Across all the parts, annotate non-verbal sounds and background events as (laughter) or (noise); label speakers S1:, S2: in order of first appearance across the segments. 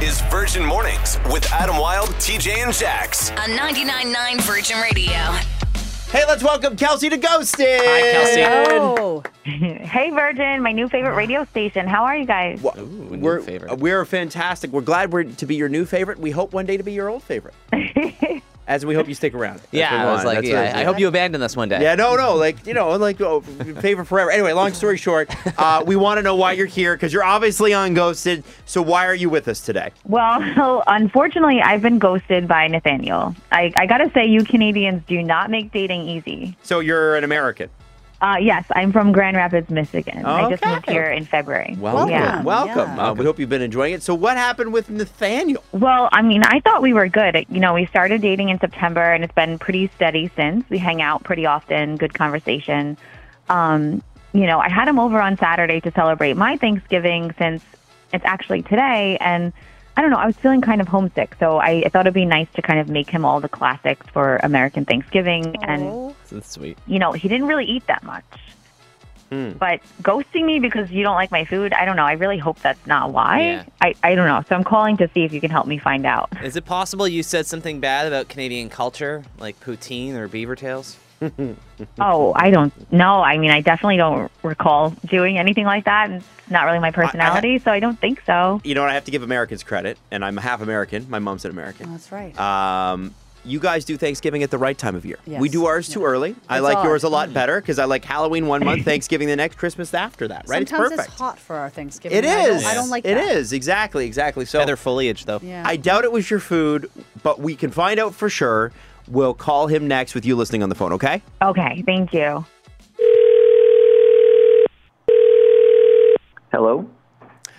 S1: is Virgin Mornings with Adam Wilde, TJ, and Jax.
S2: on 99.9 Virgin Radio.
S3: Hey, let's welcome Kelsey to Ghosted. Hi,
S4: Kelsey.
S5: Oh,
S6: Hey, Virgin, my new favorite
S3: Ah.
S6: radio station. How are you guys?
S4: new
S3: we're,
S4: favorite.
S3: We're fantastic. We're glad we're to be your new favorite. We hope one day to be your old
S4: (laughs)
S3: favorite. As we hope you stick around. That's what
S4: Yeah,
S3: we
S4: I was
S3: want.
S4: like,
S3: That's
S4: yeah,
S3: what it
S4: I
S3: is.
S4: hope you abandon us one day.
S3: Yeah, no, no, like you know, like oh, favorite forever. Anyway, long story short, uh, we want to know why you're here because you're obviously on Ghosted. So why are you with us today?
S6: Well, (laughs) unfortunately, I've been ghosted by Nathaniel. I, I gotta say, you Canadians do not make dating easy.
S3: So you're an American.
S6: Uh, yes, I'm from Grand Rapids, Michigan. I just
S3: Okay.
S6: moved here in February.
S3: Welcome,
S6: Yeah.
S3: welcome.
S5: yeah.
S3: Uh, we hope you've been enjoying it. So what happened with Nathaniel?
S6: Well, I mean, I thought we were good. You know, we started dating in September, and it's been pretty steady since. We hang out pretty often, good conversation. Um, you know, I had him over on Saturday to celebrate my Thanksgiving since it's actually today. And I don't know, I was feeling kind of homesick. So I, I thought it'd be nice to kind of make him all the classics for American Thanksgiving. And,
S4: That's sweet.
S6: you know, he didn't really eat that much. But ghosting me because you don't like my food, I don't know. I really hope that's not why.
S4: Yeah.
S6: I, I don't know. So I'm calling to see if you can help me find out.
S4: Is it possible you said something bad about Canadian culture, like poutine or beaver tails?
S6: Oh, I don't know. I mean, I definitely don't recall doing anything like that. and It's not really my personality, so I don't think so.
S3: You know, what? I have to give Americans credit, and I'm half American. My mom's an American.
S5: that's right.
S3: Um, you guys do Thanksgiving at the right time of year.
S5: Yes.
S3: We do ours too early. I
S5: It's
S3: like
S5: odd.
S3: yours a lot better because I like Halloween one
S5: (laughs)
S3: month, Thanksgiving the next, Christmas after that. Right?
S5: Sometimes
S3: it's perfect.
S5: hot for our Thanksgiving.
S3: It
S5: and I don't-
S3: is.
S5: I don't like
S3: It
S5: that.
S3: is exactly, exactly. So
S4: Feather foliage, though.
S5: Yeah.
S3: I doubt it was your food, but we can find out for sure. We'll call him next with you listening on the phone. Okay?
S6: Okay, thank you. (laughs)
S7: Hello.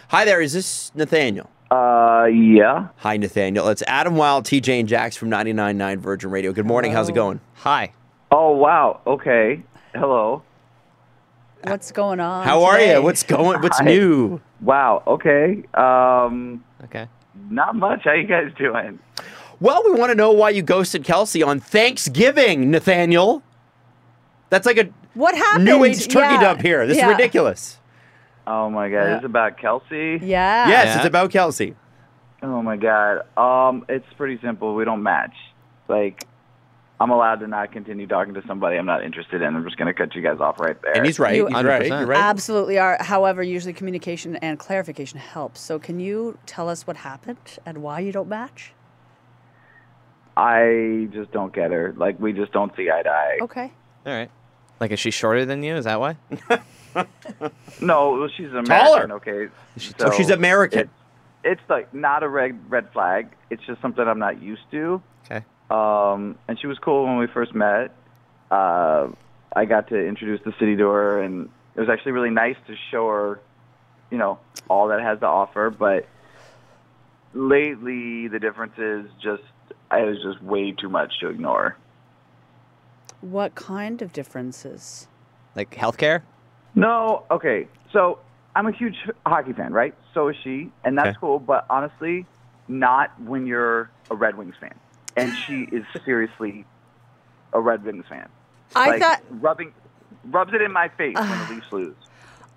S3: Hi there. Is this Nathaniel?
S7: Uh, yeah.
S3: Hi, Nathaniel. It's Adam Wild, TJ, and Jax from 99.9 Virgin Radio. Good morning. How's it going?
S4: Hi.
S7: Oh wow. Okay. Hello.
S5: What's going on?
S3: How are
S5: today?
S3: you? What's going? What's new?
S7: Wow. Okay. Um,
S4: Okay.
S7: not much. How you guys doing?
S3: Well, we want to know why you ghosted Kelsey on Thanksgiving, Nathaniel. That's like a
S5: What happened?
S3: new age turkey
S5: Yeah.
S3: dump here. This
S5: Yeah.
S3: is ridiculous.
S7: Oh my god. Is
S5: Yeah.
S7: This about Kelsey.
S5: Yeah.
S3: Yes,
S4: Yeah.
S3: it's about Kelsey.
S7: Oh my god. Um, it's pretty simple. We don't match. Like, I'm allowed to not continue talking to somebody I'm not interested in. I'm just gonna cut you guys off right there.
S3: And he's right.
S5: You-
S3: he's right.
S4: 100%.
S3: You're right.
S5: Absolutely are. However, usually communication and clarification helps. So, can you tell us what happened and why you don't match?
S7: I just don't get her. Like, we just don't see eye to eye.
S5: Okay.
S4: All right. Like, is she shorter than you? Is that (laughs) why?
S7: No, well, she's American.
S3: Taller.
S7: Okay.
S3: Oh, she's
S5: (laughs)
S3: American.
S7: It's like not a red red flag. It's just something I'm not used to.
S4: Okay.
S7: Um, and she was cool when we first met. Uh, I got to introduce the city to her, and it was actually really nice to show her, you know, all that it has to offer. But lately, the difference is just it was just way too much to ignore.
S5: What kind of differences?
S4: Like healthcare?
S7: No, okay. So I'm a huge hockey fan, right? So is she, and that's
S3: Okay.
S7: cool. But honestly, not when you're a Red Wings fan. And she is seriously a Red Wings fan.
S5: I
S7: Like,
S5: thought
S7: rubbing rubs it in my face when the Leafs lose.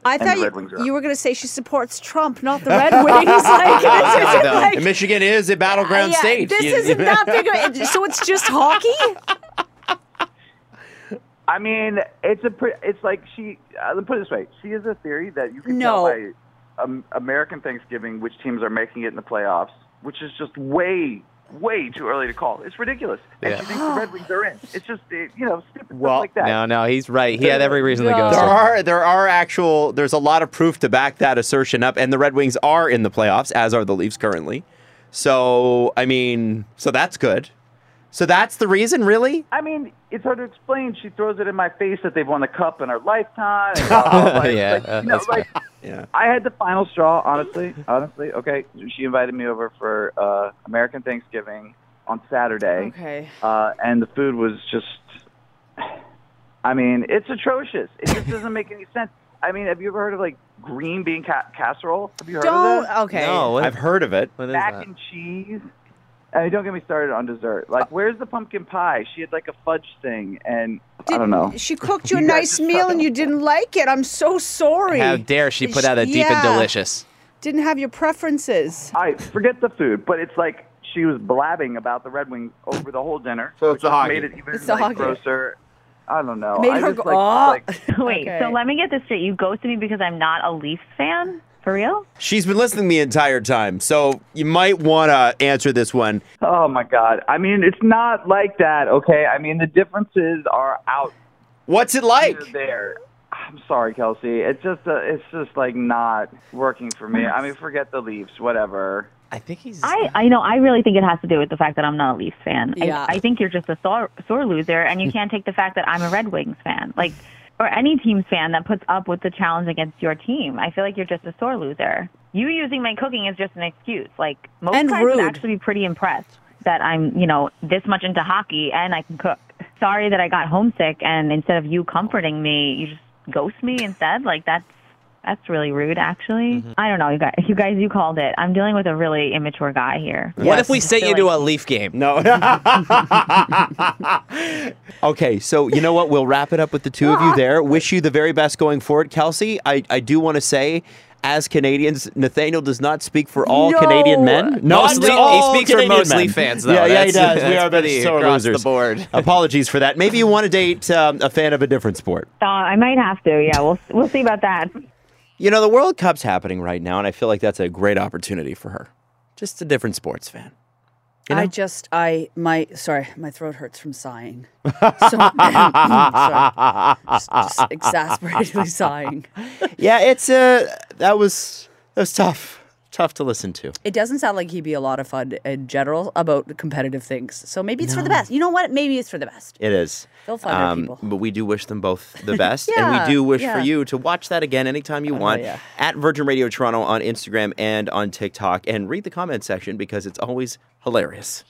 S5: I
S7: the
S5: thought
S7: Red Wings are
S5: you,
S7: up.
S5: you were going to say she supports Trump, not
S3: (laughs)
S5: the Red Wings. like, (laughs) it's just
S3: Though,
S5: like-
S3: and Michigan is a battleground
S5: Yeah,
S3: state.
S5: This
S3: You-
S5: isn't that
S3: (laughs)
S5: big. Of, so it's just hockey.
S7: I mean, it's a pre- it's like she. Uh, let me put it this way: she is a theory that you can
S5: No.
S7: tell by um, American Thanksgiving which teams are making it in the playoffs, which is just way, way too early to call. It's ridiculous, and she thinks the Red Wings are in. It's just it, you know stupid
S3: Well,
S7: stuff like that.
S4: No, no, he's right. He had every reason to go.
S5: No.
S3: There
S5: Sorry.
S3: are there are actual there's a lot of proof to back that assertion up, and the Red Wings are in the playoffs, as are the Leafs currently. So I mean, so that's good. So that's the reason, really.
S7: I mean, it's hard to explain. She throws it in my face that they've won the cup in our lifetime.
S4: (laughs)
S7: And blah, blah, blah.
S4: Yeah,
S7: Like,
S4: uh,
S7: you know,
S4: that's
S7: like,
S3: Yeah.
S7: I had the final straw, honestly. Honestly, okay. She invited me over for uh, American Thanksgiving on Saturday.
S5: Okay.
S7: Uh, and the food was just, I mean, it's atrocious. It just doesn't make any sense. I mean, have you ever heard of like green bean ca- casserole? Have you heard of
S5: Don't. uh,
S7: that?
S5: Okay.
S4: No, what,
S3: I've heard of it.
S4: what is
S7: Mac
S4: that?
S7: and cheese. I mean, don't get me started on dessert.
S5: Uh,
S7: Like, where's the pumpkin pie? She had like a fudge thing, and I don't know.
S5: She cooked you a
S7: You guys
S5: nice
S7: just
S5: meal
S7: suck.
S5: and you didn't like it. I'm so sorry.
S4: How dare she put out a deep and
S5: Yeah.
S4: delicious?
S5: Didn't have your preferences.
S7: I forget the food, but it's like she was blabbing about the Red Wings over the whole dinner.
S8: So it's
S7: which
S8: a hockey.
S7: Made it even
S5: It's a
S7: like,
S5: hockey.
S7: grosser. I don't know.
S5: Made
S7: I
S5: her
S7: just,
S5: go,
S7: like,
S5: "Ah."
S7: like,
S6: Wait,
S5: Okay.
S6: so let me get this straight. You ghosted me because I'm not a Leafs fan? For real?
S3: She's been listening the entire time, so you might want to answer this one.
S7: oh my god. I mean, it's not like that. Okay. I mean, the differences are out
S3: What's it like?
S7: there. I'm sorry, Kelsey. It's just uh, it's just like not working for me. I mean, forget the Leafs, whatever.
S4: I think he's.
S6: I, I know. I really think it has to do with the fact that I'm not a Leafs fan.
S5: Yeah.
S6: I, I think you're just a sore, sore loser, and you can't take the fact that I'm a Red Wings fan, like, or any team's fan that puts up with the challenge against your team. I feel like you're just a sore loser. You using my cooking is just an excuse. Like most
S5: And
S6: guys would
S5: rude.
S6: actually be pretty impressed that I'm, you know, this much into hockey and I can cook. Sorry that I got homesick, and instead of you comforting me, you just ghost me instead. Like that's that's really rude, actually.
S5: Mm-hmm.
S6: I don't know, you guys. You guys, you called it. I'm dealing with a really immature guy here.
S4: what if we sent you to a Leaf game?
S3: No. (laughs) okay, so you know what? We'll wrap it up with the two of you there. Wish you the very best going forward. Kelsey, I, I do want to say, as Canadians, Nathaniel does not speak for all
S5: No.
S3: Canadian men. Not
S4: Mostly-
S3: all
S4: he speaks for
S3: Canadian
S4: mostly
S3: men.
S4: fans, though.
S3: Yeah, yeah, he
S4: That's-
S3: does. we
S4: that's
S3: are
S4: pretty
S3: pretty sore
S4: across the
S3: losers.
S4: board.
S3: Apologies for that. Maybe you want to date um, a fan of a different sport.
S6: Uh, I might have to. Yeah, we'll we'll see about that.
S3: You know, the World Cup's happening right now, and I feel like that's a great opportunity for her. Just a different sports fan.
S5: I just, I, my, sorry, my throat hurts from sighing. So, (laughs) sorry. Just, just exasperatedly sighing.
S3: Yeah, it's uh, that was that was tough, tough to listen to.
S5: It doesn't sound like he'd be a lot of fun in general about competitive things. So maybe it's for the best. You know what? Maybe it's for the best.
S3: It is. Um,
S5: They'll find our people.
S3: But we do wish them both
S5: (laughs)
S3: the best. and
S5: Yeah,
S3: we do wish
S5: yeah. Oh,
S3: for you to watch that again anytime you want
S5: yeah.
S3: at Virgin Radio Toronto on Instagram and on TikTok. And read the comment section because it's always hilarious.